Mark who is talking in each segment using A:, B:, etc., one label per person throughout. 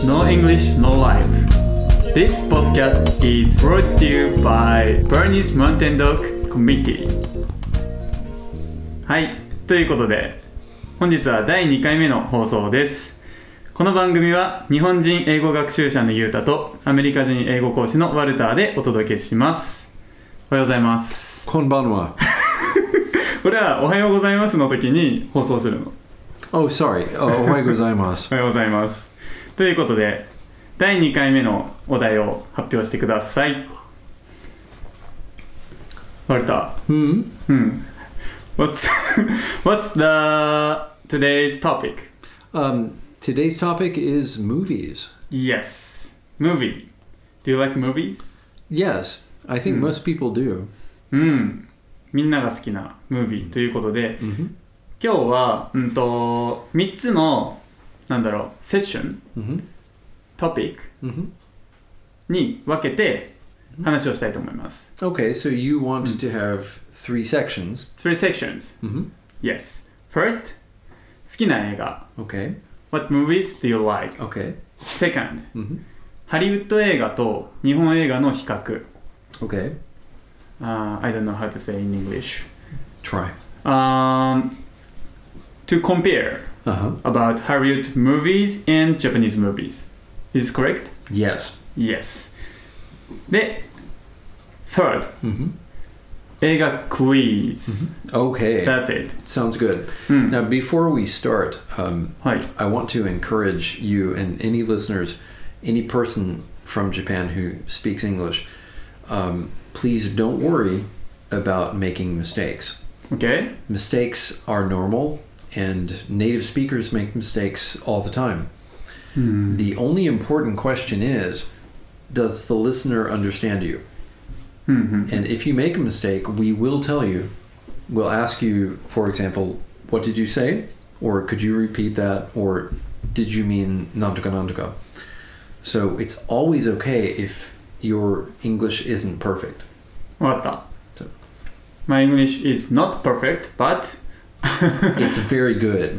A: English No Life. This podcast is brought to you by Bernie's Mountain Dog Committee. はい、ということで、本日は第2回目の放送です。この番組は日本人英語学習者のゆうたとアメリカ人英語講師のワルターでお届けします。おはようございます。
B: こんばんは。
A: これはおはようございますの時に放送するの。
B: Oh, sorry. Oh, おはようございま
A: お
B: す。
A: はようございます。ということで、第2回目のお題を発表してください。ワルタ
B: うん
A: ー。うん。What's, what's the today's topic?
B: um, today's topic is movies.
A: Yes. Movie. Do you like movies?
B: Yes, I think
A: うん
B: most people do.
A: うん。みんなが好きなムービーということで、
B: うん
A: 今日は、うんと、3つの、なんだろう、セッション、
B: うん
A: トピック
B: うん
A: に分けて話をしたいと思います。
B: Okay, so you want to have three sections.
A: 3 sections.
B: Hmm. Mm-hmm.
A: Yes. First, 好きな映画。
B: Okay,
A: What movies do you like?
B: okay.
A: Second,
B: Mm-hmm.
A: ハリウッド映画と日本映画の比較。
B: Okay,
A: Uh, I don't know how to say in English.
B: try.
A: Um, to compare
B: Uh huh.
A: about Hollywood movies and Japanese movies. Is it correct?
B: Yes.
A: Yes. で、third,
B: Mm-hmm.
A: 映画クイズ。
B: Okay,
A: That's it. Hmm.
B: sounds good.
A: うん。
B: Now, before we start, um,
A: はい。
B: I want to encourage you and any listeners, any person from Japan who speaks English, um, please don't worry about making mistakes.
A: Okay?
B: Mistakes are normal, and native speakers make mistakes all the time.
A: うん。
B: The only important question is does the listener understand you?
A: うんうん。
B: And if you make a mistake, we will tell you. We'll ask you, for example, what did you say? Or could you repeat that? Or did you mean nantuka nantuka? So it's always okay if your English isn't perfect.
A: わかった
B: そう。
A: My English is not perfect, but
B: It's very good.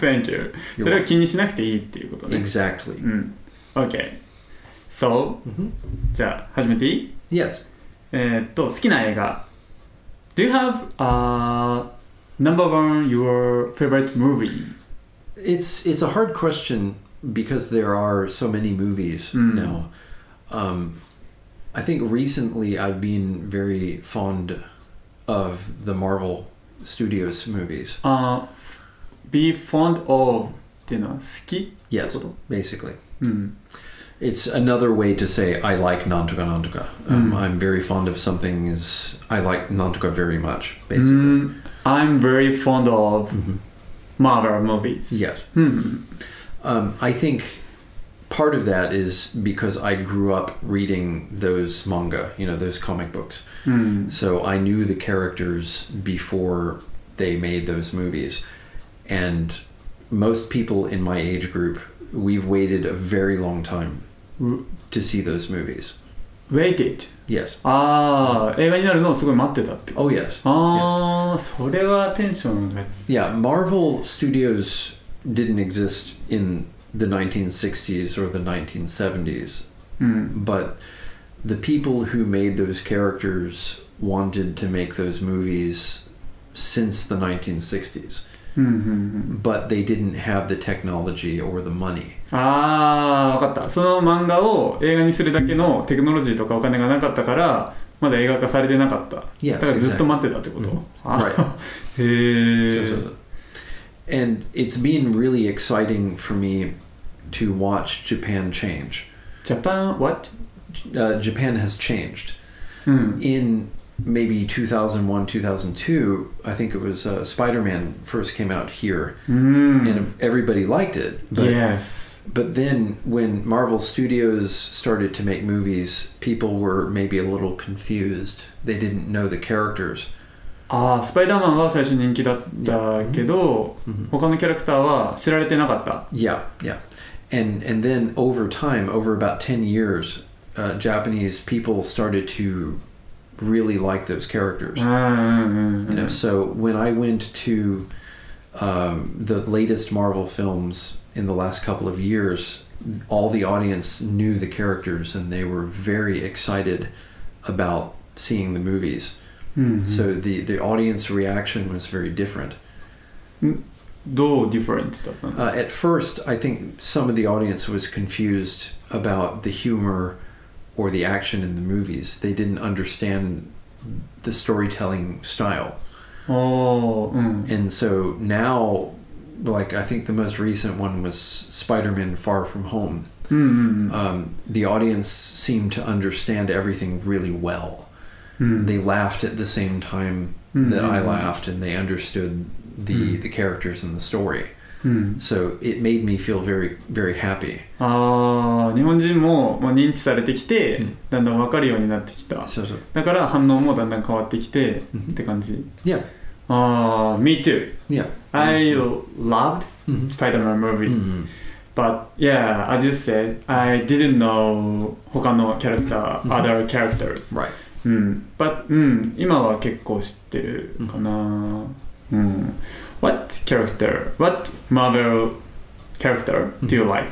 A: thank you. そ
B: You're
A: れを
B: welcome.
A: 気にしなくていいっていうことね。
B: exactly.
A: うん。OK。So,
B: hmm
A: じゃあ始めていい
B: Yes.
A: えーっと、好きな映画。Do you have a number one your favorite movie?
B: It's it's a hard question because there are so many movies
A: Mm.
B: now. Um, I think recently I've been very fond of the Marvel Studios movies.
A: Uh, be fond of っていうのは好きってこ
B: Yes,
A: と
B: basically.
A: うん。
B: It's another way to say I like Nantuka Nantuka. Um,
A: Mm.
B: I'm very fond of something is I like Nantuka very much,
A: う
B: basically.
A: ん I'm very fond of
B: Mhm.
A: Marvel movies.
B: Yes.
A: うん。
B: Um, I think part of that is because I grew up reading those manga, you know, those comic books.
A: うん。
B: So I knew the characters before they made those movies. And most people in my age group, we've waited a very long time
A: W-
B: to see those movies.
A: Waited.
B: Yes.
A: ああ、映画になるのをすごい待ってたって。
B: Oh, yes.
A: ああ、それはテンションが。
B: Yeah, Marvel Studios didn't exist in the 1960s or the 1970s,
A: うん。
B: but the people who made those characters wanted to make those movies since the 1960s.
A: うんうんうん、
B: but they didn't have the technology or the money.
A: ああ、分かった。その漫画を映画にするだけのテクノロジーとかお金がなかったから、まだ映画化されてなかった。だ
B: Yes,
A: からずっと
B: exactly.
A: 待ってたってこと、
B: うん
A: あーへえ。
B: So, so, so. And it's been really exciting for me to watch Japan change.
A: ジャパン、what?
B: J- Uh, Japan has changed.
A: うん。
B: In maybe 2001, 2002, I think it was uh, Spider Man first came out here,
A: うん。
B: and everybody liked it. But,
A: yes.
B: but then when Marvel Studios started to make movies, people were maybe a little confused. They didn't know the characters.
A: ああ、スパイダーマンは最初人気だったけど、
B: Mhm.
A: 他のキャラクターは知られてなかった。
B: Yeah, yeah, and and then over time, over about ten years, uh, Japanese people started to really like those characters.
A: うんうんうんう
B: You
A: ん
B: know, so when I went to um, the latest Marvel films in the last couple of years, all the audience knew the characters and they were very excited about seeing the movies.
A: うん、
B: So the, the audience reaction was very different.
A: どう different だったの
B: Uh, at first, I think some of the audience was confused about the humor or the action in the movies. They didn't understand the storytelling style.
A: おー、うん。
B: And so now, like, I think the most recent one was Spider Man Far From Home.
A: うんうんうん
B: Um, the audience seemed to understand everything really well.
A: うん。
B: They laughed at the same time
A: うん
B: that I laughed, and they understood the, the characters and the story.
A: うん。
B: So it made me feel very, very happy.
A: あー、日本人も、まあ、認知されてきて、
B: うん
A: だんだん分かるようになってきた。
B: So, so
A: だから反応もだんだん変わってきて、
B: Mm-hmm.
A: って感じ。
B: yeah,
A: あー、me too.
B: yeah.
A: I loved
B: Mhm.
A: Spider-Man movie.
B: Mhm.
A: But yeah, as you said, I didn't know 他のキャラクター、
B: うん
A: other characters.
B: Right.
A: うん。But うん、今は結構知ってるかな。うん。What character? What Marvel character do you like?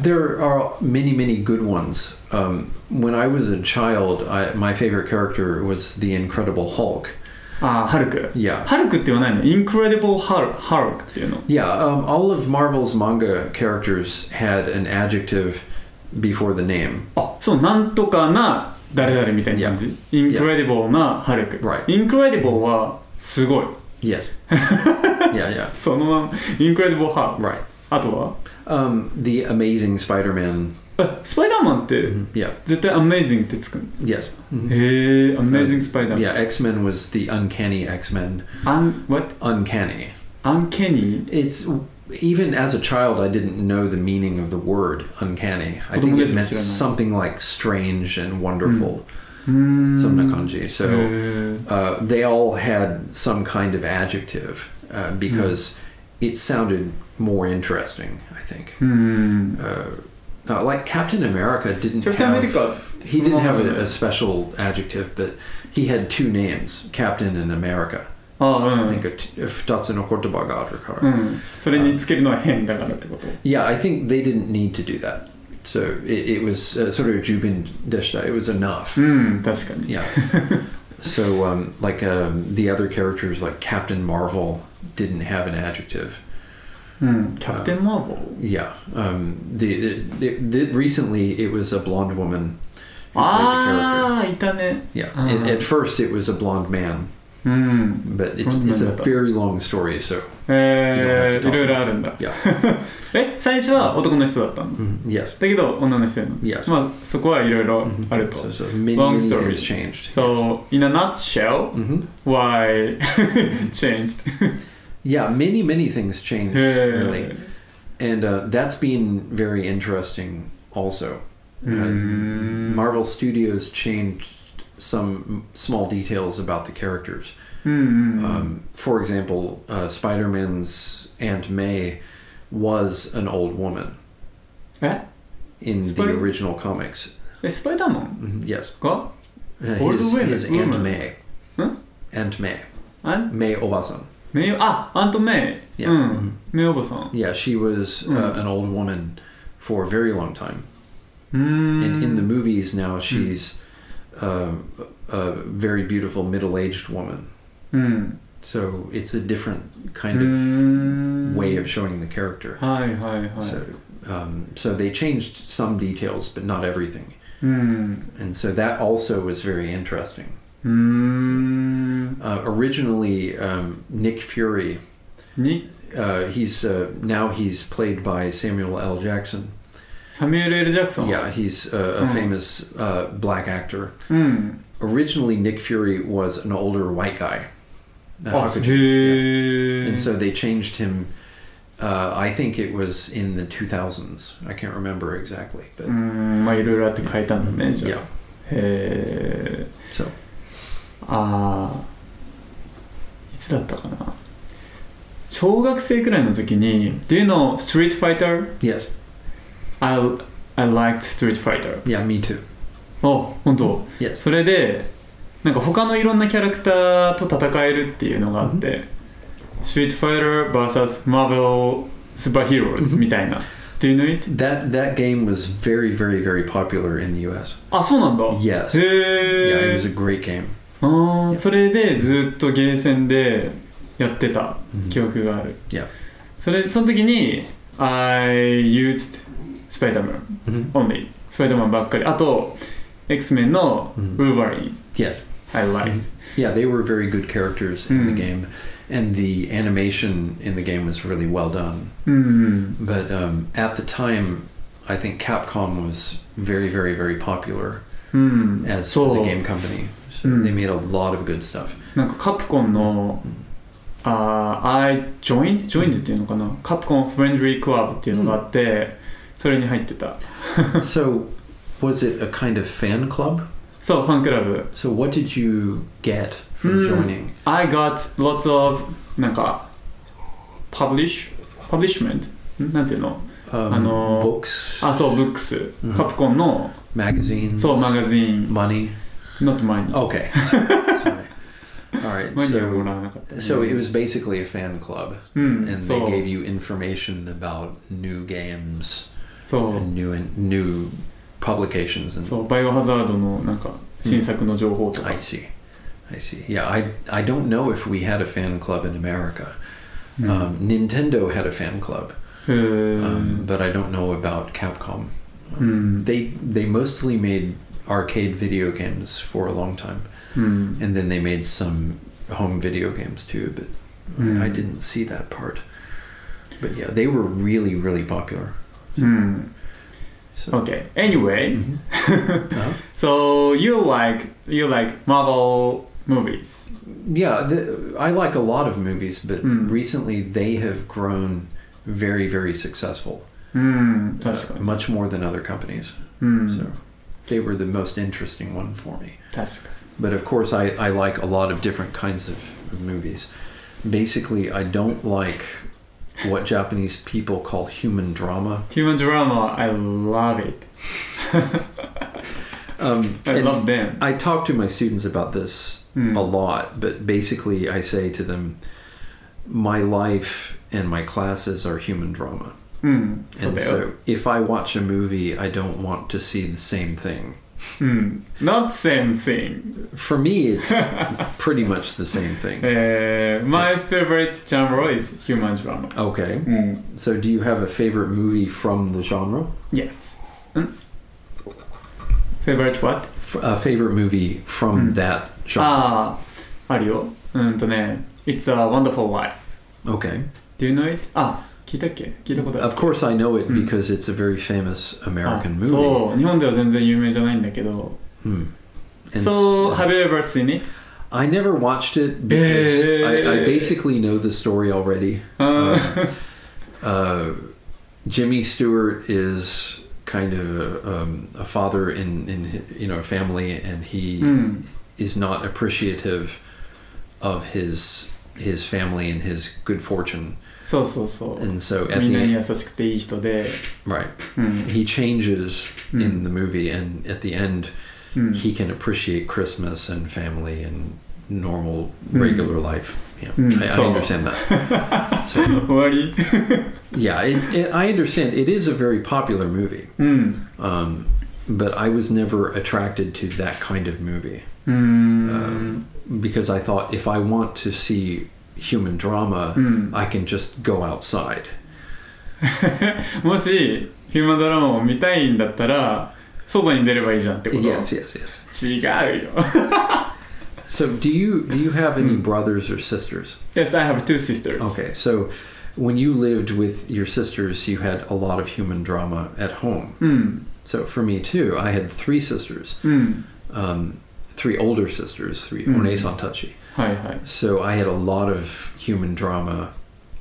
B: There are many, many good ones. Um, when I was a child, I, my favorite character was the Incredible Hulk.
A: あー、ハルク。
B: Yeah.
A: ハルクって言わないの ?Incredible Hulk, Hulk っていうの。
B: Yeah, um, all of Marvel's manga characters had an adjective before the name.
A: あ、そう、なんとかな誰々みたいな感じ。Incredible なハルク。
B: Right.
A: Incredible はすごい。
B: Yes. yeah, yeah.
A: そのまま、Incredible Hulk。
B: Right.
A: あとは
B: Um, the Amazing Spider Man.
A: えスパイダーマンって、
B: Yeah.
A: 絶対 Amazing ってつくの
B: Yes. Mm-hmm.
A: へえ、Amazing Spider-Man。
B: Yeah, X Men was the Uncanny X Men.
A: Un, what?
B: Uncanny.
A: Uncanny?
B: It's even as a child, I didn't know the meaning of the word uncanny. I think it meant something like strange and wonderful,
A: うーん。
B: some
A: へ
B: nakanji. So
A: ー
B: uh, they all had some kind of adjective uh, because it sounded more interesting. I think.
A: うーん。
B: Uh, uh, like Captain America didn't.
A: Captain
B: have-
A: America,
B: He didn't have a, a
A: あ
B: special adjective, but he had two names, Captain and America.
A: あ、う
B: I
A: ん
B: think。a- a 二つの言葉があるから。
A: うん。それにつけるのは変だからってこと。
B: Yeah, I think they didn't need to do that. So it, it was uh, sort of Jubin Deshta. It was enough.
A: うん、確かに。
B: Yeah. so um, like um, the other characters, like Captain Marvel, didn't have an adjective.
A: うん。キャプテンマーボー
B: Yeah. Um, the, the, the, recently, it was a blonde woman. who played the character.
A: ああ、いたね。
B: Yeah.
A: Ah.
B: At- at first, it was a blonde man,
A: うん。
B: but it's
A: Blonde
B: it's a
A: man.
B: very long story. So
A: え
B: You don't have
A: ー、
B: to talk.
A: いろいろあるんだ。
B: yeah.
A: え、最初は男の人だったの
B: Mm, yes.
A: だけど女の人やの。
B: Yes.
A: まあ、そこはいろいろ
B: Mhm.
A: ある
B: So,
A: と。
B: so many,
A: Long
B: many
A: story.
B: things changed.
A: So, in a nutshell,
B: hmm
A: why changed?
B: Yeah, many, many things changed, really.
A: へ
B: And uh, that's been very interesting also.
A: ーうー
B: Uh,
A: ん
B: Marvel Studios changed some small details about the characters.
A: うんうん
B: Um, for example, uh, Spider Man's Aunt May was an old woman
A: え
B: in
A: Spider-
B: the original comics.
A: えスパイダーマン
B: Mhm, Yes.
A: が
B: Uh,
A: Old
B: his
A: women-
B: his Aunt
A: woman.
B: May.
A: Huh?
B: Aunt May.
A: アン
B: May Obasan.
A: メイあアントメイ
B: Yeah.
A: うんメイおばさん
B: Yeah, she was uh,
A: Mm.
B: an old woman for a very long time.
A: うーん
B: And in the movies now, she's um a very beautiful middle-aged woman.
A: うん、
B: So it's a different
A: う
B: kind of
A: ーん
B: way of showing the character.
A: はいはいはい、
B: So, um, so they changed some details, but not everything.
A: うん、
B: And so that also was very interesting.
A: うーん
B: Uh, originally, um, Nick Fury.
A: に
B: Uh, he's uh, now he's played by Samuel L. Jackson.
A: サミュエル・エル・ジャクソン
B: Yeah, he's uh, a
A: Mm.
B: famous uh, black actor.
A: うん、
B: originally Nick Fury was an older white guy. Uh,
A: あ
B: how
A: へ
B: could you- yeah.
A: え
B: And so they changed him. Uh, I think it was in the 2000s. I can't remember exactly, but
A: うんまあいろいろあって変えたんだねじゃあ
B: yeah.
A: へえ
B: So
A: ああいつだったかな小学生くらいの時に「Do you know Street Fighter?」
B: yes,
A: I, I liked Street Fighter
B: yeah, me too.
A: あ本当
B: Yes,
A: それでなんか他のいろんなキャラクターと戦えるっていうのがあって「Street Fighter vs Marvel Superheroes」みたいな Do you know it?
B: That that game was very, very, very popular in the U.S.
A: あ、そうなんだ。
B: Yes.
A: へ
B: Yeah, it
A: え
B: was a great game.
A: あーそれでずっとゲーセンでやってた
B: Mm-hmm.
A: 記憶がある。
B: Yeah.
A: それ、その時に、I used Spider-Man
B: Mhm.
A: only. スパイダーマンばっかり。あと、X-Men の Wolverine、
B: Mm-hmm. Yes.
A: I liked.
B: Yeah, they were very good characters in the
A: Mm.
B: game, and the animation in the game was really well done.
A: うん。
B: But um, at the time, I think Capcom was very, very, very popular
A: うん。
B: as, as
A: そう
B: a game company. So
A: Mm.
B: they made a lot of good stuff.
A: なんかカプコンの、あー I joined? joined っていうのかなカプコンフレンドリークラブっていうのがあって、それに入ってた
B: so, was it a kind of fan club?
A: そうファンクラブ
B: So, what did you get from
A: Mm.
B: joining?
A: I got lots of なんか publish publishment んなんていうの
B: Um,
A: I know-
B: books,
A: あそうブックス
B: うん
A: カプコンの
B: magazines,
A: そうマガジン
B: money.
A: not mine
B: Okay. Sorry. All right.
A: マジで
B: So,
A: もらわなかった
B: So it was basically a fan club,
A: うん
B: and
A: そ
B: they
A: う
B: gave you information about new games
A: そう
B: and new and new publications. And
A: そうバイオハザードのなんか新作の情報とか
B: I see, I see. Yeah, I I don't know if we had a fan club in America.
A: うん
B: Um, Nintendo had a fan club,
A: へー
B: um, but I don't know about Capcom.
A: うん
B: They they mostly made arcade video games for a long time,
A: うん
B: and then they made some home video games too. But
A: Mm.
B: I didn't see that part. But yeah, they were really really popular.
A: うん。
B: So,
A: Hmm, Okay. Anyway,
B: Mhm. Uh-huh.
A: so you like you like Marvel movies.
B: yeah, the, I like a lot of movies, but
A: Mm.
B: recently they have grown very, very successful,
A: うん、
B: uh,
A: 確かに。
B: much more than other companies.
A: うん、
B: So they were the most interesting one for me.
A: 確か
B: But of course, I, I like a lot of different kinds of movies. Basically, I don't like what Japanese people call human drama.
A: に。Human drama, I love it.
B: Um,
A: I
B: and
A: love Hmm. them.
B: I talk to my students about this
A: うん
B: a lot, but basically I say to them, my life and my classes are human drama.
A: うん、そう
B: And
A: だよ。
B: so if I watch a movie, I don't want to see the same thing.
A: うん。Not Hmm. same thing.
B: For me, it's pretty much the same thing.
A: えー、my Uh, favorite genre is human drama.
B: Okay.
A: うん。
B: So do you have a favorite movie from the genre?
A: Yes. ん Favorite what?
B: F- a favorite movie from
A: Mm.
B: that genre?
A: ああ、あるよ。うんとね、It's Hmm, a Wonderful Life.
B: Okay.
A: Do you know it? Ah, あ、聞いたっけ聞いたことある
B: Of course, I know it
A: Mm.
B: because it's a very famous American
A: あ
B: movie.
A: そう日本では全然有名じゃないんだけど
B: Mm. And
A: So
B: s-
A: have you ever seen it?
B: I never watched it because I, I
A: Eh.
B: basically know the story already.
A: あ
B: Uh, Jimmy Stewart is kind of a, um, a father in, in hi- you know a family, and he
A: ーうん
B: is not appreciative of his his family and his good fortune,
A: そうそうそ
B: and so
A: う
B: at
A: みん
B: the
A: なに
B: end,
A: 優しくていい人で
B: right
A: うん
B: he changes
A: Mm.
B: in the movie, and at the end
A: うん
B: he can appreciate Christmas and family and normal
A: Mm.
B: regular life. Yeah,
A: Mm,
B: I, I
A: so-
B: understand that. so,
A: 終わり
B: yeah, it, it, I understand. It is a very popular movie,
A: うん
B: um, but I was never attracted to that kind of movie
A: うーん
B: because I thought if I want to see human drama,
A: うん
B: I can just go outside.
A: もしヒューマンドラマを見たいんだったら外に出ればいいじゃんってこと
B: Yes, yes, yes.
A: 違うよ
B: So, do you do you have any
A: Mm.
B: brothers or sisters?
A: Yes, I have two sisters
B: Okay, so when you lived with your sisters, you had a lot of human drama at home.
A: うん
B: So for me too, I had three sisters,
A: うん
B: um, three older sisters, three
A: Mm.
B: onesantachi.
A: はいはい
B: So I had a lot of human drama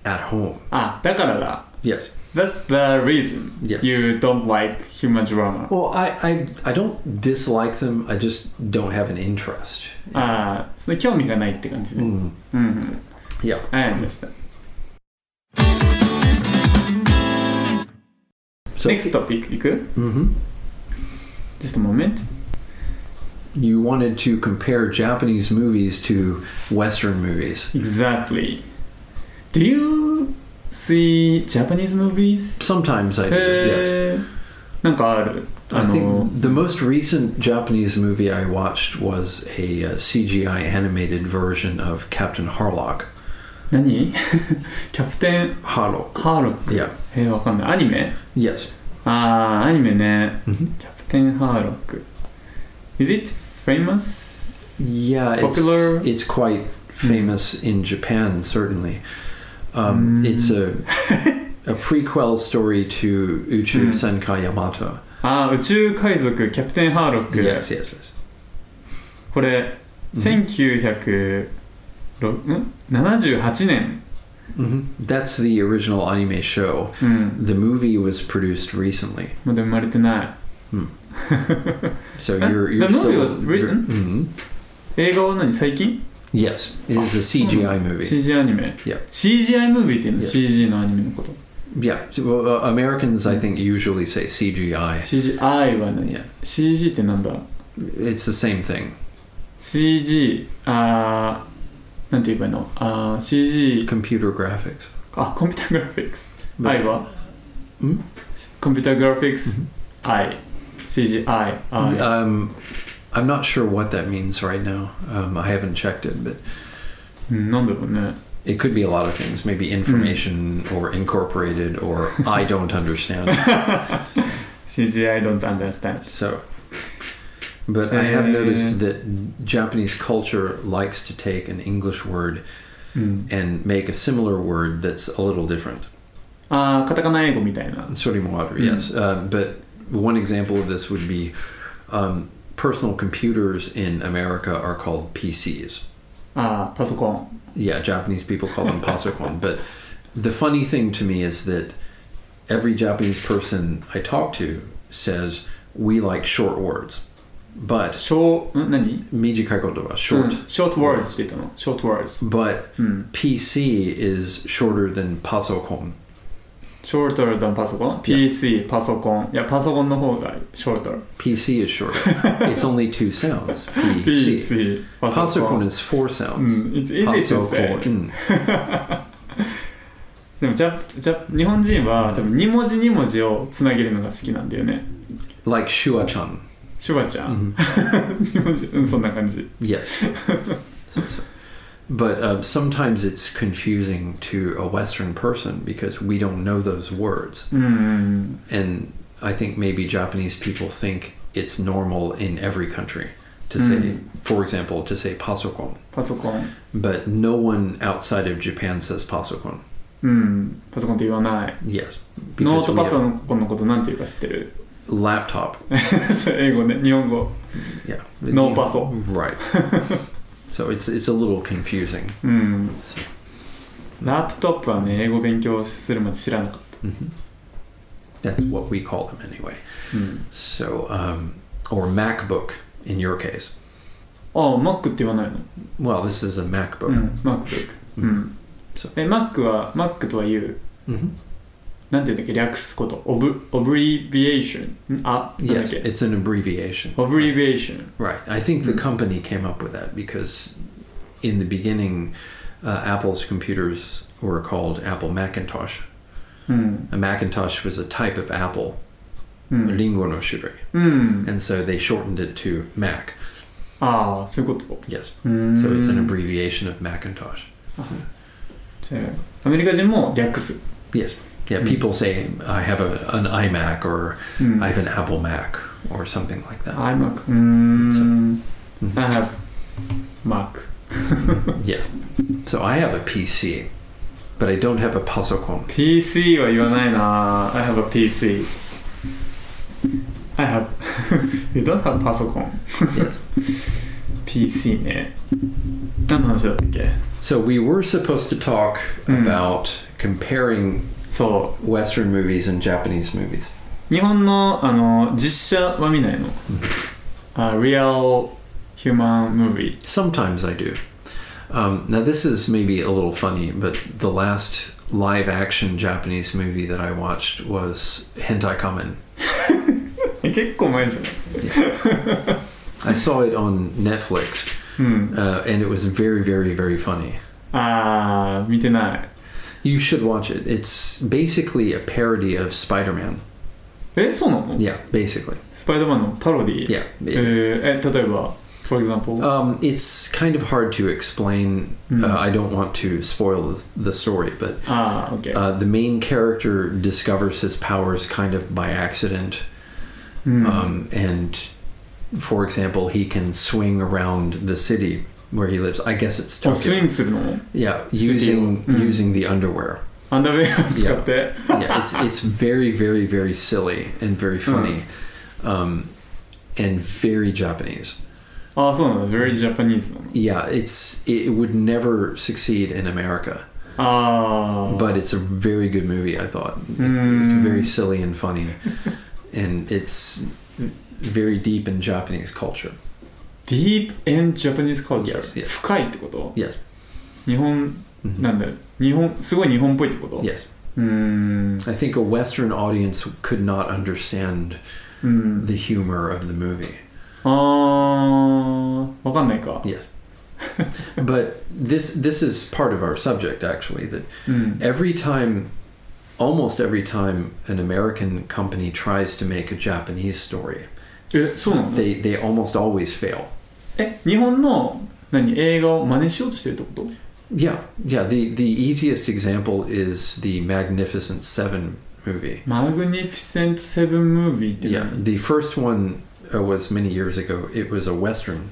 B: at home.
A: あだからだ
B: Yes.
A: That's the reason
B: Yes.
A: you don't like human drama
B: Well, I, I I don't dislike them. I just don't have an interest.
A: ああその興味がないって感じね
B: Mm.
A: うんうん
B: Yeah.
A: I understand
B: So
A: Next topic いく
B: hmm
A: Just a moment
B: you wanted to compare Japanese movies to Western movies.
A: Exactly Do you see Japanese movies?
B: Sometimes I do. Yes.
A: へーなんかある
B: I
A: あの
B: think the most recent Japanese movie I watched was a uh, CGI animated version of Captain Harlock.
A: 何 キャプテン
B: Harlock.
A: ハーロック
B: Yeah.
A: へえわかんないアニメ
B: Yes.
A: ああアニメね
B: Mhm.
A: キャプテンハーロック Is it famous?
B: Yeah. It's,
A: Popular? Mm.
B: It's quite famous in Japan, certainly. Um,
A: Mm.
B: It's a a prequel story to Uchu
A: Mm.
B: Senkai Yamato.
A: ああ宇宙海賊キャプテンハーロック、
B: Yes. Yes. Yes.
A: これ
B: Mhm.
A: 1978年、
B: Mhm. That's the original anime show.
A: うん、
B: The movie was produced recently,
A: まだ生まれてない
B: so
A: Uh,
B: you're
A: the movie
B: you're still
A: was written?
B: Mhm.
A: 映画は何最近
B: Yes, it is a CGI movie.
A: CG アニメ、
B: Yeah.
A: CGI ムービーっていうの、
B: Yeah.
A: CG のアニメのこと
B: Yeah, so, well, uh, Americans, I think, usually say CGI.
A: CGI は何
B: Yeah,
A: CG ってなんだ
B: it's the same thing.
A: CG あーなんて言えばいいのあー CG
B: Computer graphics.
A: あコンピュータグラフィックス
B: But-
A: I は
B: ん
A: コンピュータグラフィックス ICGI I
B: Um, I'm not sure what that means right now. Um, I haven't checked it, but
A: うんなんだろうね
B: it could be a lot of things. Maybe information or incorporated or I don't understand.
A: CGI don't understand
B: So, but I have
A: Eh.
B: noticed that Japanese culture likes to take an English word
A: うん、
B: and make a similar word that's a little different.
A: あーカタカナ英語みたいな
B: sodium water,
A: Mm.
B: yes. Um, but one example of this would be um, personal computers in America are called PCs.
A: あーパソコン
B: Yeah, Japanese people call them pasokon. But the funny thing to me is that every Japanese person I talk to says we like short words, but
A: 小ん何
B: mijikai kotoba short.
A: うん、ショート words って言ったのショート words
B: But
A: うん
B: PC is shorter than pasokon.
A: ショートダンパソコン PC パソコンいやパソコンの方がショート
B: PC is shorter. it's only two sounds. PC.
A: PC パ
B: Pasokon is four sounds.
A: うん It's easy to say
B: Mm.
A: でもジャジャ日本人は多分2文字2文字をつなげるのが好きなんだよね
B: Like Shua-chan.
A: シュワちゃん、二文字うんそんな感じ
B: Yes. So- so. But uh, sometimes it's confusing to a Western person because we don't know those words.
A: うんうん
B: And I think maybe Japanese people think it's normal in every country to say, for example, to say pasokon.
A: パソコン
B: But no one outside of Japan says pasokon.
A: うんパソコンって言わない
B: Yes.
A: ノート
B: we
A: パ
B: have
A: ソコンのことなんていうか知ってる
B: laptop.
A: それ英語ね日本語
B: Yeah.
A: No puzzle.
B: Right. so it's it's a little confusing.
A: うんラップトップはね英語勉強するまで知らなかっ
B: hmm That's what we call them anyway.
A: た、うん、
B: So, um, or MacBook in your case.
A: ああ Mac って言わないの
B: Well, this is a
A: う
B: MacBook.
A: ん MacBook う
B: うんそう
A: え Mac は Mac とは言う
B: hmm
A: なんていうんだっけ略すことオブオブリビエーションあなんだっ
B: Yes,
A: け
B: it's an abbreviation.
A: オブリビエーション
B: Right. I think the
A: Mm.
B: company came up with that because in the beginning, uh, Apple's computers were called Apple Macintosh.
A: うん、
B: A Macintosh was a type of Apple,
A: うん、
B: Lingo no shurui.
A: うん、
B: And so they shortened it to Mac.
A: ああそういうこと
B: Yes.
A: うーん
B: So it's an abbreviation of Macintosh.
A: じゃあアメリカ人も略す、
B: Yes. Yeah,
A: Mm.
B: people say I have a, an iMac or
A: うん、
B: I have an Apple Mac or something like that.
A: iMac うーん
B: うん
A: I have Mac
B: yeah. So I have a PC, but I don't have a pasokon.
A: PC は言わないな I have a PC I have You don't have パソコン
B: yes.
A: PC ね何の話だったっけ
B: So we were supposed to talk
A: Mm.
B: about comparing
A: そ
B: Western movies and Japanese movies.
A: う日本のあの実写は見ないの、あ Real Human Movie
B: Sometimes I do. Um, now this is maybe a little funny, but the last live action Japanese movie that I watched was Hentai Kamen.
A: え結構前じゃない
B: I saw it on Netflix,
A: うん
B: uh, and it was very, very, very funny.
A: ああ見てない
B: You should watch it. It's basically a parody of Spider Man.
A: えそうなの
B: Yeah, basically.
A: スパイダーマンのパロディ
B: Yeah.
A: え
B: yeah.
A: ーえ例えば for example
B: Um, it's kind of hard to explain.
A: Mm.
B: Uh, I don't want to spoil the- the story, but
A: ああ OK、
B: uh, the main character discovers his powers kind of by accident.
A: うん、
B: Um, and for example, he can swing around the city where he lives. I guess it's
A: あスイ
B: Tokyo.
A: ングするの
B: Yeah,
A: City.
B: using
A: Mm.
B: using the underwear.
A: アンダーウェアを使って、
B: yeah, it's it's very very very silly and very funny, um, and very Japanese.
A: ああそうなんだ very Japanese なの
B: Yeah, it's it would never succeed in America,
A: ああ
B: but it's a very good movie. I thought It- it's
A: Mm.
B: very silly and funny, and it's very deep in Japanese culture.
A: deep and Japanese culture、
B: Yes, yes.
A: 深いってこと
B: Yes,
A: 日本
B: Mhm.
A: なんだよ日本すごい日本っぽいってこと、
B: yes.
A: うーん
B: I think a Western audience could not understand
A: うん
B: the humor of the movie.
A: あーわかんないか
B: Yes. but this this is part of our subject actually that
A: うん、
B: every time almost every time an American company tries to make a Japanese story,
A: えそうなんだ
B: they they almost always fail.
A: え日本の何映画を真似しようとしてるってこと
B: Yeah, yeah, the the easiest example is the Magnificent 7 movie.
A: マグニフィセントセブンムービーって
B: Yeah,
A: 何
B: the first one uh, was many years ago. It was a western,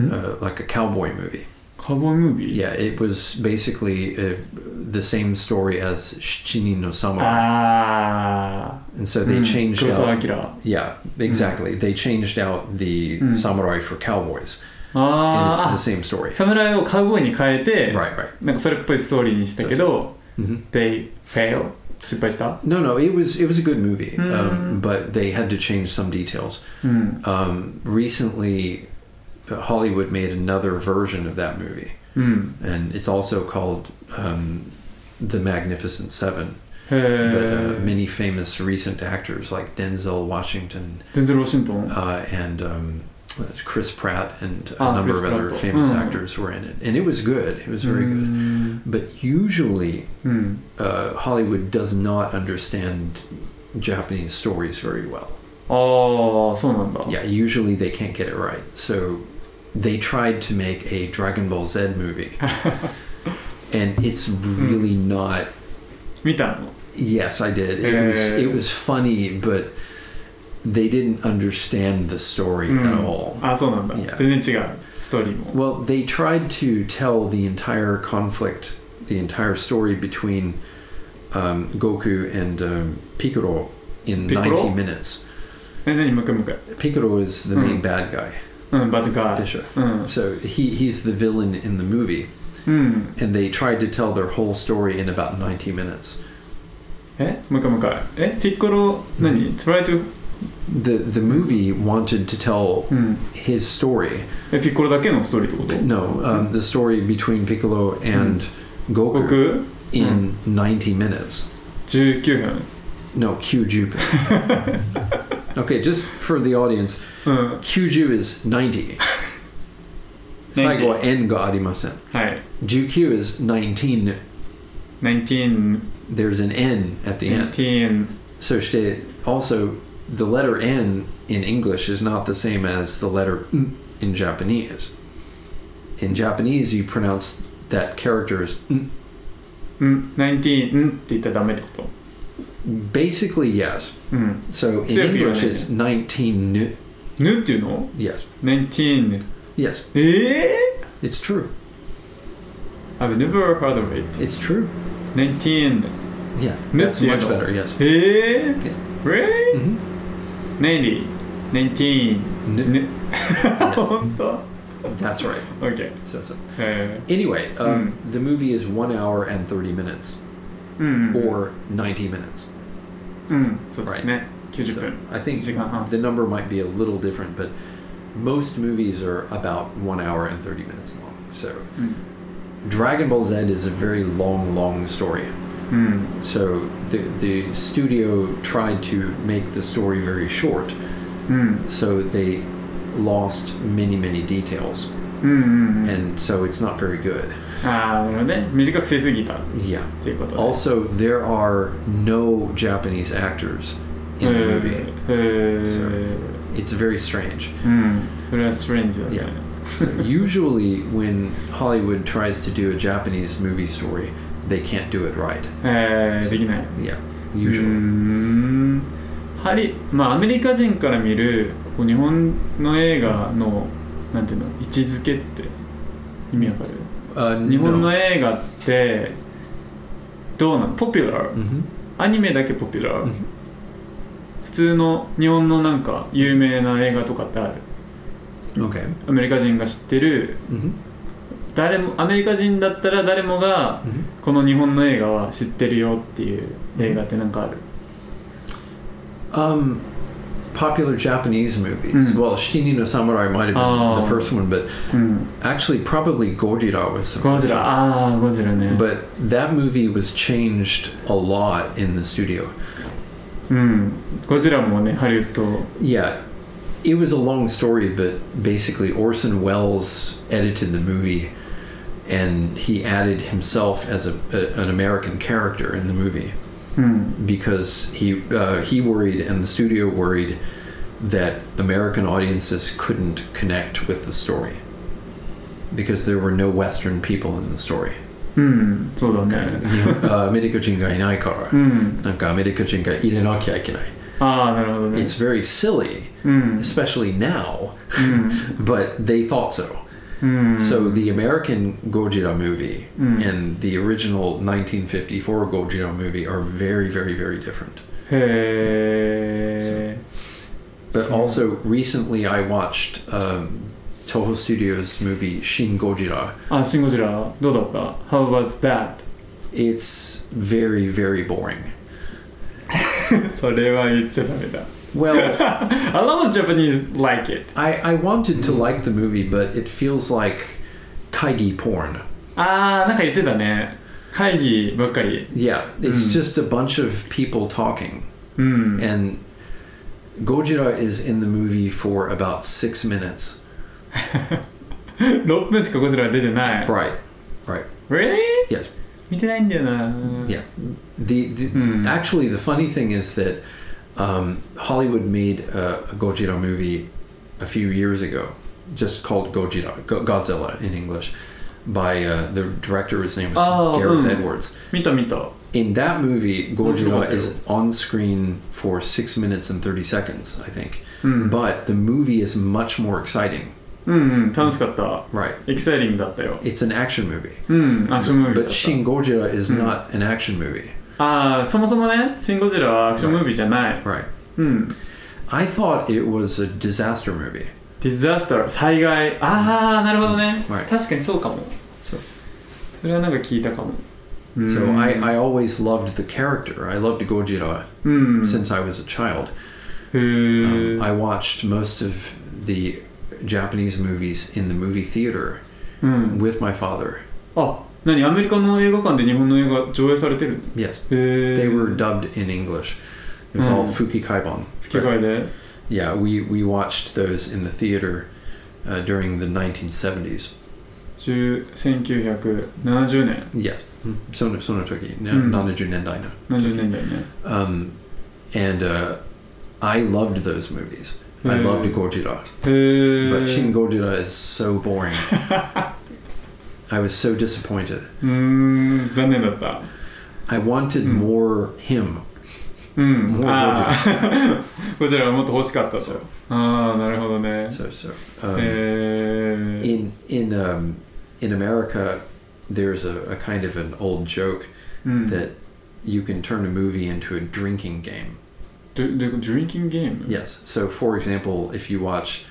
A: ん
B: uh, like a cowboy movie.
A: カウボーイムービー
B: Yeah, it was basically uh, the same story as Shichini no
A: Ah.
B: Samurai.
A: あ
B: and so
A: あ
B: they changed
A: 黒
B: out
A: 沢明あ
B: Yeah, exactly. They changed out the
A: Mm. Ah.
B: samurai for cowboys, and it's the
A: あ
B: same story.
A: 侍をカウボーイに変えて、
B: Right, right.
A: なんかそれっぽいストーリーにしたけど
B: hmm
A: they fail 失敗した
B: No, no, it was it was a good movie, um,
A: Mm.
B: but they had to change some details.
A: うん、
B: Um, recently, uh, Hollywood made another version of that movie,
A: うん、
B: and it's also called um, The Magnificent Seven.
A: へ
B: But uh,
A: え
B: many famous recent actors like Denzel Washington
A: デンゼル・ワシントン
B: uh, and um, Chris Pratt and a
A: Ah,
B: number
A: Chris
B: of other
A: Pratt. Hmm.
B: famous
A: Mm.
B: actors were in it, and it was good. It was very
A: う
B: good.
A: ん
B: But usually,
A: うん、
B: uh, Hollywood does not understand Japanese stories very well.
A: ああそうなんだ
B: Yeah, usually they can't get it right. So they tried to make a Dragon Ball Z movie, and it's really not.
A: 見たの
B: Yes, I did. It was
A: Hmm. Yeah.
B: it was funny, but they didn't understand the story at
A: Mm.
B: all.
A: あそうなんだ、
B: Yeah.
A: 全然違うストーリーも
B: Well, they tried to tell the entire conflict, the entire story between um, Goku and um, Piccolo in
A: Piccolo?
B: 90 minutes.
A: え何ムカムカ
B: Piccolo is the main bad guy,
A: うんバッドガー
B: Bisha.
A: うん
B: So he, he's the villain in the movie,
A: うん、
B: and they tried to tell their whole story in about 90 minutes.
A: えムカムカえピッコロ何、トライト
B: The, the movie wanted to tell
A: うん
B: his story.
A: えピッコロだけのストーリーってこと
B: No, um, the story between Piccolo and Goku
A: 僕
B: in 90 minutes.
A: 19
B: No, Kyuju. okay, just for the audience,
A: 分うん
B: Kyuju is 90. 最後は N がありません。
A: はい
B: 19 is 19.
A: 19
B: There's an N at
A: Mm.
B: the end.
A: 19
B: Soして also the letter N in English is not the same as the letter N in Japanese. In Japanese, you pronounce that character as N.
A: うん19んって言ったらダメってこと
B: Basically, yes.
A: うん
B: So in
A: So you're
B: English,
A: right.
B: it's 19 nu.
A: ぬっていうの
B: Yes,
A: 19
B: yes,
A: ええ
B: it's true.
A: I've never heard of it
B: It's true.
A: 19
B: Yeah,
A: Nu
B: that's
A: till
B: much
A: då.
B: better. Yes.
A: ええ
B: Yeah.
A: Really?
B: Mhm.
A: 90 19
B: Nu.
A: ね本当
B: That's right.
A: ?OK
B: So, so.
A: え
B: Anyway, um, the movie is one hour and thirty minutes,
A: ーうんうん
B: or ninety minutes.
A: うんそうですね90
B: So
A: 分
B: I think
A: 1時間半
B: the number might be a little different, but most movies are about one hour and thirty minutes long. So
A: うん、
B: Dragon Ball Z is a very long, long story.
A: うん、
B: So the the studio tried to make the story very short.
A: うん
B: So they lost many, many details.
A: うんうんうん
B: And so it's not very good.
A: ああなるほどね短くしすぎたっ
B: Yeah.
A: ていうことで
B: Also, there are no Japanese actors in the
A: へ
B: movie.
A: ーへー
B: It's very strange.
A: うんそれはストレンジだね
B: Yeah. So usually, when Hollywood tries to do a Japanese movie story, they can't do it right.
A: えーできない
B: Yeah,
A: うー
B: usually.
A: んハリまあアメリカ人から見るこう日本の映画のなんていうの位置づけって意味わかる
B: Uh,
A: 日本
B: no.
A: の映画ってどうなのポピュラー
B: Mhm.
A: アニメだけポピュラ
B: う
A: ー
B: ん
A: 普通の日本のなんか有名な映画とかってある
B: Okay.
A: アメリカ人が知ってる
B: Mhm.
A: 誰もアメリカ人だったら誰もが
B: Mhm.
A: この日本の映画は知ってるよっていう映画ってなんかある
B: Um, popular Japanese movies.
A: Mm.
B: Well, Shini no Samurai might have
A: Oh.
B: been the first one, but
A: うん、
B: actually, probably Gojira was. the
A: ゴジ
B: first
A: ラ
B: one.
A: ああゴジラね
B: But that movie was changed a lot in the studio.
A: うんゴジラもねハリウッド
B: Yeah, it was a long story, but basically Orson Welles edited the movie, and he added himself as a, a an American character in the movie
A: うん、
B: because he uh, he worried and the studio worried that American audiences couldn't connect with the story because there were no Western people in the story.
A: うん、そうだね
B: uh,
A: うんああなるほどね
B: It's very silly,
A: うん、
B: especially now,
A: う
B: but they thought so.
A: ん、うん
B: So the American Gojira movie
A: Mm.
B: and the original 1954 Gojira movie are very, very, very different.
A: へえ
B: But also, recently I watched um, Toho Studios' movie Shin Gojira.
A: あシン・ゴジラどうだった How was that?
B: It's very, very boring.
A: それは言っちゃダメだ
B: Well,
A: A lot of Japanese like it
B: I, I wanted to like the movie, but it feels like kaigi porn.
A: ああなんか言ってたね会議ばっかり
B: Yeah, it's
A: Mm.
B: just a bunch of people talking.
A: うん
B: And Gojira is in the movie for about six minutes.
A: 6分しかゴジラ出てない
B: Right.
A: Really?
B: Yes.
A: 見てないんだよな
B: Yeah. The, the
A: Hmm.
B: actually the funny thing is that um, Hollywood made a, a Gojira movie a few years ago, just called Gojira, Go- Godzilla in English, by uh, the director. His name was
A: Oh,
B: Gareth
A: hmm.
B: Edwards.
A: 見た見た
B: In that movie,
A: Gojira
B: Gojira is on screen for six minutes and thirty seconds, I think.
A: うん、
B: But the movie is much more exciting.
A: うんうん楽しかった、
B: Right.
A: エキサイリングだったよ
B: It's an action movie.
A: うんアクションムービーだっ
B: But Shin Gojira is
A: Hmm.
B: not an action movie.
A: たああそもそもね「シン・ゴジラ」はアクションムービーじゃない、
B: Right.
A: うん、
B: I thought it was a disaster movie.
A: ディザスター災害ああなるほどね、
B: Right.
A: 確かにそうかも
B: そう
A: それはなんか聞いたかも
B: So
A: うん
B: I, I always loved the character. I loved Gojira
A: うん
B: since I was a child.
A: へー
B: Um,
A: Hmm.
B: I watched most of the Japanese movies in the movie theater
A: うん、
B: with my father.
A: あ何アメリカの映画館で日本の映画上映されてる
B: Yes.
A: へえ
B: They were dubbed in English. It was all
A: Mm.
B: Fuki Kaibon.
A: 吹き替えで
B: Yeah, we, we watched those in the theater uh, during the 1970s.
A: 10 1970年
B: Yes. Hmm. Sono, sono toki. No,
A: Mm.
B: nanajunendaina.
A: 70年代ね
B: Um, and uh, I loved those movies. I
A: Mm.
B: loved
A: へ
B: Gojira,
A: え
B: but Shin Gojira is so boring. I was so disappointed.
A: うーん残念だった
B: I wanted
A: Mm.
B: more him.
A: うん
B: もう
A: あ あゴジラはもっと欲しかったと
B: So
A: ああなるほどね
B: so so. Um,
A: へえ
B: in in um, in America, there's a, a kind of an old joke
A: うん、
B: that you can turn a movie into a drinking game.
A: どどういうことドリンキングゲーム
B: Yes. So for example, if you watch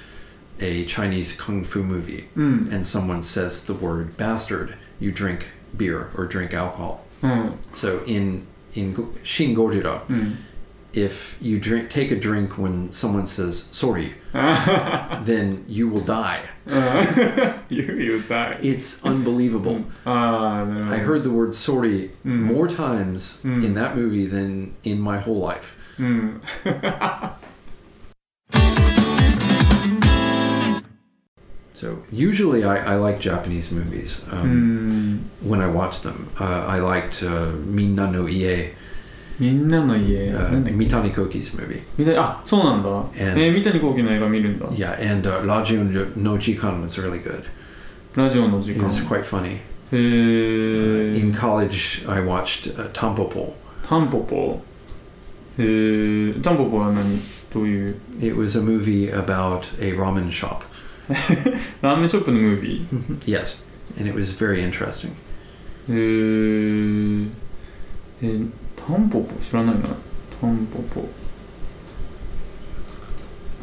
B: a Chinese kung fu movie,
A: うん、
B: and someone says the word bastard, you drink beer or drink alcohol.
A: うん、
B: So in in Go- Shin Gojira,
A: うん、
B: if you drink take a drink when someone says sorry,
A: あ
B: then you will die.
A: あ You you die
B: It's unbelievable.
A: ああなるほど
B: I heard the word sorry
A: Mm-hmm. Mm.
B: more times
A: Mm.
B: in that movie than in my whole life.
A: うん
B: So usually I, I like Japanese movies
A: う
B: um,
A: ん
B: when I watch them. Uh, I liked uh, Minna no Ie,
A: みんなの家、
B: uh,
A: なんだっけ
B: Mitani Koki's movie.
A: みたいあそうなんだ
B: And
A: えー、三谷幸喜の映画見るんだ
B: yeah, and uh, Raju no Jikan was really good.
A: ラジオの時
B: It
A: 間
B: was quite funny.
A: へ
B: Uh,
A: え
B: in college, I watched uh, Tampopo.
A: タンポポへえタンポポは何どういう
B: It was a movie about a ramen shop.
A: ラーメンショップのムービ
B: yes, and it was very interesting.
A: ーへええタンポポ知らないなタンポポ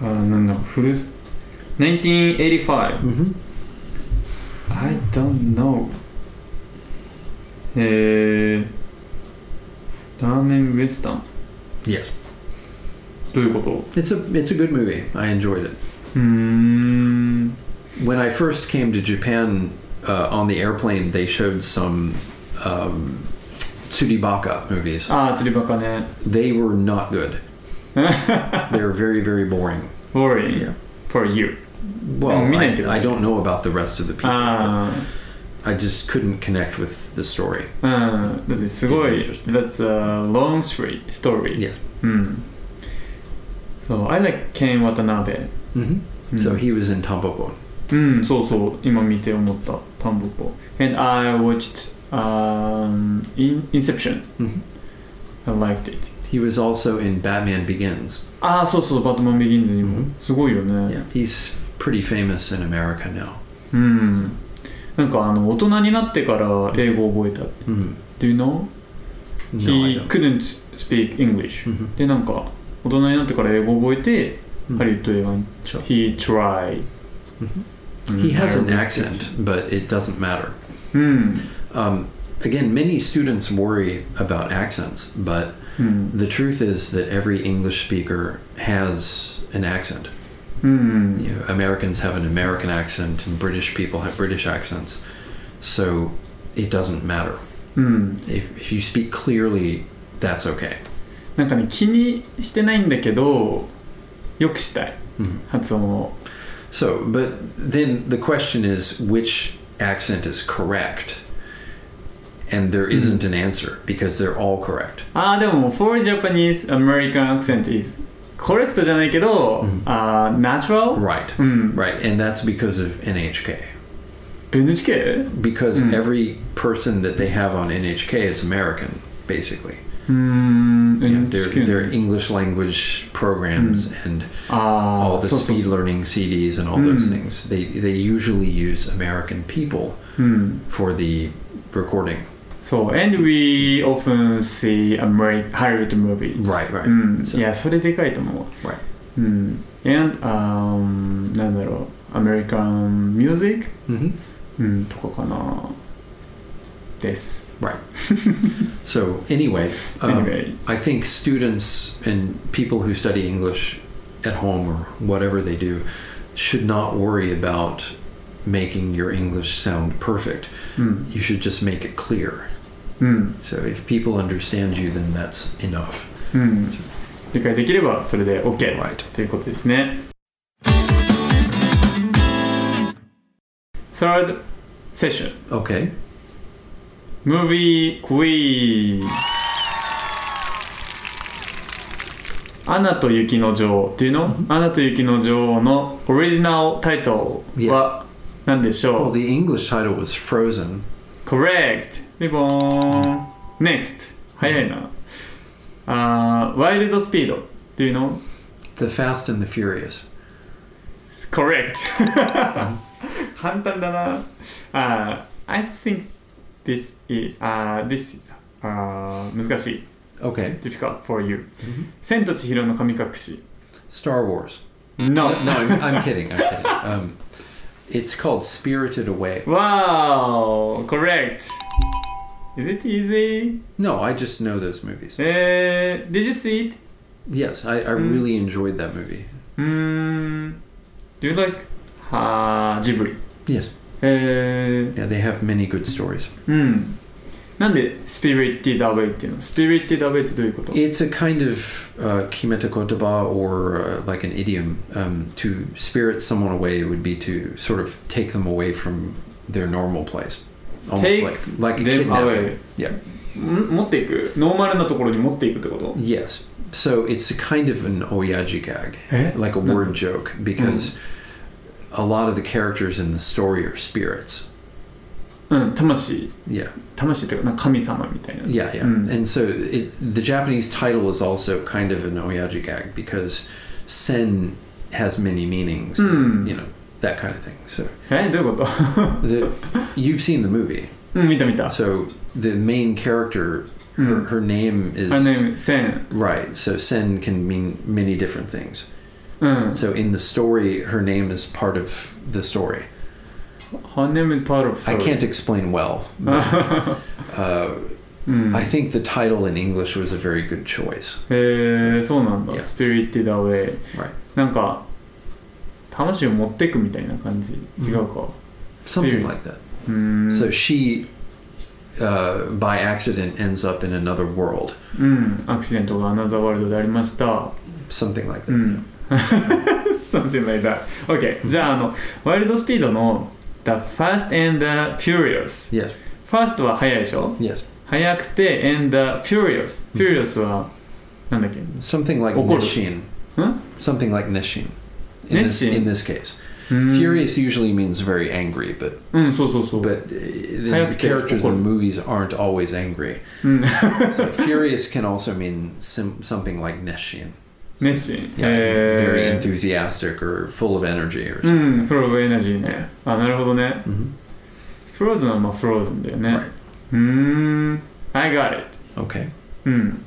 A: あーなんだフルス1985
B: Mm-hmm.
A: I don't know えー、ラーメンウエスタン
B: Yes,
A: どういうこと
B: it's a it's a good movie. I enjoyed it.
A: うーん
B: When I first came to Japan uh, on the airplane, they showed some um, Tsudibaka movies.
A: ああ釣りバカね
B: They were not good. they were very very boring.
A: Boring
B: Yeah.
A: for you
B: Well,
A: Mm,
B: I,
A: Minette.
B: I don't know about the rest of the people.
A: あ
B: but I just couldn't connect with the story.
A: あうんだってすごい
B: Interesting.
A: That's a long story story
B: Yes.
A: うん So I like Ken Watanabe
B: hmm
A: うん
B: So he was in Tampopo.
A: うんそうそう今見て思ったタンポポ And I watched、um, In Inception
B: Mhm.
A: I liked it
B: He was also in Batman Begins.
A: ああそうそうバットマン・ビギンズにも、
B: Mhm.
A: すごいよね、
B: Yeah, he's pretty famous in America now.
A: うんなんかあの大人になってから英語を覚えた
B: Mm.
A: Do you know?
B: No, I
A: He
B: don't.
A: couldn't speak English
B: Mhm.
A: でなんか大人になってから英語を覚えて、
B: Mhm.
A: ハリウッド映画に
B: So-
A: He tried、
B: Mhm.
A: うん
B: He has an
A: I respect
B: accent, but it doesn't matter.
A: うん
B: Um, again, many students worry about accents, but
A: うん、
B: the truth is that every English speaker has an accent.
A: うん、
B: You know, Americans have an American accent, and British people have British accents. So it doesn't matter.
A: うん、
B: If, if you speak clearly, that's okay.
A: なんかね気にしてないんだけどよくしたい
B: Mhm.
A: 発音を
B: So, but then the question is which accent is correct? And there isn't an answer because they're all correct.
A: ああでも For Japanese American accent is correct じゃないけど、
B: うん
A: あー natural?
B: Right.
A: うん、
B: Right. And that's because of NHK.
A: NHK?
B: Because
A: Mm.
B: every person that they have on NHK is American, basically.
A: うーん、
B: Yeah, they're,
A: NHK
B: they're English language programs and
A: あー
B: all the
A: そうそう
B: speed
A: そう
B: learning CDs and all those
A: Mm.
B: things. They, they usually use American people
A: うん、
B: for the recording.
A: そう、and we often see American Hollywood movies.
B: Right, right.
A: うん、
B: So-
A: いや、それでかいと思う。
B: Right.
A: うん、and、um, なんだろう、American music、
B: hmm
A: うん、とかかな。です。
B: So, anyway, um,
A: Anyway,
B: I think students and people who study English at home or whatever they do should not worry about making your English sound perfect.
A: うん、
B: You should just make it clear.
A: うん、
B: So if people understand you, then that's enough.
A: うん。理解できればそれで OK
B: Right.
A: ということですね。Third session.
B: Okay.
A: Movie Quiz アナと雪の女王っていうの、アナと雪の女王のオリジナルタイトルは何でし
B: Well,
A: ょう、
B: the English title was Frozen.
A: ?Correct! リボーン !NEXT! 早いな。あーワイルドスピードっていうの
B: The Fast and the Furious.
A: Correct! 簡単だな。あー I think this is, あー this is, あー難しい。
B: Okay.
A: difficult for you 千と千尋の神隠し
B: Star Wars.
A: No
B: No, I'm, I'm kidding. I'm kidding. Um, it's called Spirited Away.
A: Wow Correct Is it easy?
B: No, I just know those movies.
A: えー Did you see it?
B: Yes, I, I
A: Mm.
B: really enjoyed that movie.
A: うーん Do you like はジブリ
B: Yes.
A: え
B: Yeah, they have many good stories.
A: ーうんなんで spirited away っていうの spirited away ってどういうこと
B: It's a kind of uh, kimetakotaba or uh, like an idiom. Um, to spirit someone away would be to sort of take them away from their normal place. Almost
A: Take
B: like, like a
A: them
B: kidnapping.
A: away
B: Yeah.
A: ん持っていくノーマルなところに持っていくってこと
B: Yes. So it's a kind of an oyaji gag,
A: え
B: like a word joke, because a lot of the characters in the story are spirits.
A: うん魂
B: Yeah.
A: 魂っていうかなんか神様みたいな
B: Yeah, yeah.
A: Mm.
B: And so it, the Japanese title is also kind of an oyaji gag because sen has many meanings,
A: Mm.
B: you know, that kind of thing. So
A: えどういうこと
B: the, you've seen the movie.
A: うん見た見た
B: So the main character,
A: う
B: her,
A: ん
B: Hmm. her name is.
A: あの線
B: Right. So sen can mean many different things.
A: うん
B: So in the story, her name is part of the story.
A: Her name is part of
B: I can't explain well. But,
A: can't
B: uh,
A: うん
B: I think the title in English was a very good choice.
A: へえそうなんだ
B: Yeah.
A: Spirited Away
B: Right.
A: なんか魂を持ってくみたいな感じ違うか
B: Something
A: Spirit.
B: like that.
A: うーん
B: So she, uh, by accident, ends up in another world.
A: うんアクシデントがアナザーワールドでありました
B: Something like that.
A: うん something like that OK じゃああのワイルドスピードの The Fast and the Furious
B: Yes.
A: Fast は速いでしょ
B: Yes.
A: 速くて and the Furious Furious はなんだっけ
B: Something like
A: Okoro.
B: Nishin.
A: Huh?
B: Something like Nishin. In this,
A: Nishin? Hmm.
B: in this case,
A: うん
B: furious usually means very angry, but
A: うんそうそうそう
B: but uh, the
A: Hayate
B: characters in the
A: Okoro.
B: movies aren't always angry.
A: うん
B: So furious can also mean sim- something like Nishin.
A: 熱心
B: Yeah, very
A: へ
B: enthusiastic or full of energy or
A: ーう
B: something.
A: んフローブエナジーねあなるほどね
B: Mhm.
A: フローズンはまあフローズンだよね
B: Right.
A: うーん I got it
B: Okay.
A: うん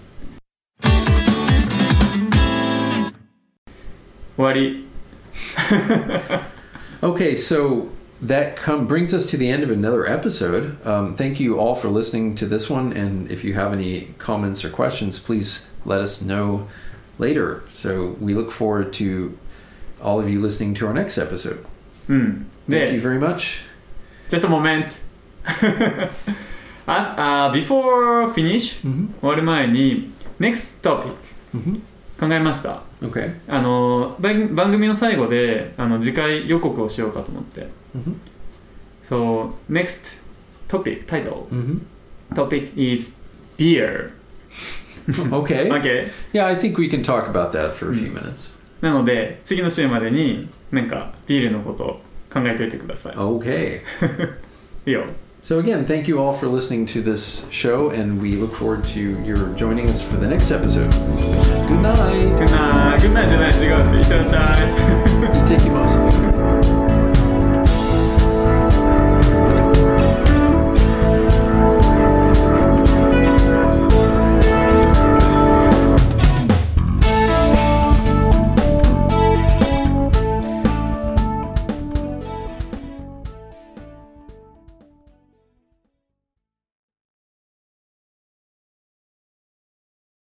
A: 終わり
B: Okay, so that come brings us to the end of another episode. Um, thank you all for listening to this one, and if you have any comments or questions, please let us know later. So we look forward to all of you listening to our next episode.
A: うん
B: Thank
A: で
B: you very much.
A: just a momentああ before finish
B: Mm-hmm.
A: 終わる前に next topic
B: Mm-hmm.
A: 考えました
B: Okay.
A: あの番番組の最後であの次回予告をしようかと思って
B: Mm-hmm.
A: So next topic title
B: Mm-hmm.
A: topic is beer.
B: Okay.
A: Okay.
B: Yeah, I think we can talk about that for a few minutes.
A: なので次の週までになんかビールのことを考えておいてください。
B: Okay.
A: いいよ。
B: So again, thank you all for listening to this show, and we look forward to your joining us for the next episode. Good night.
A: グッナーグッナーじゃない違う。いってらっしゃい。
B: You take him off.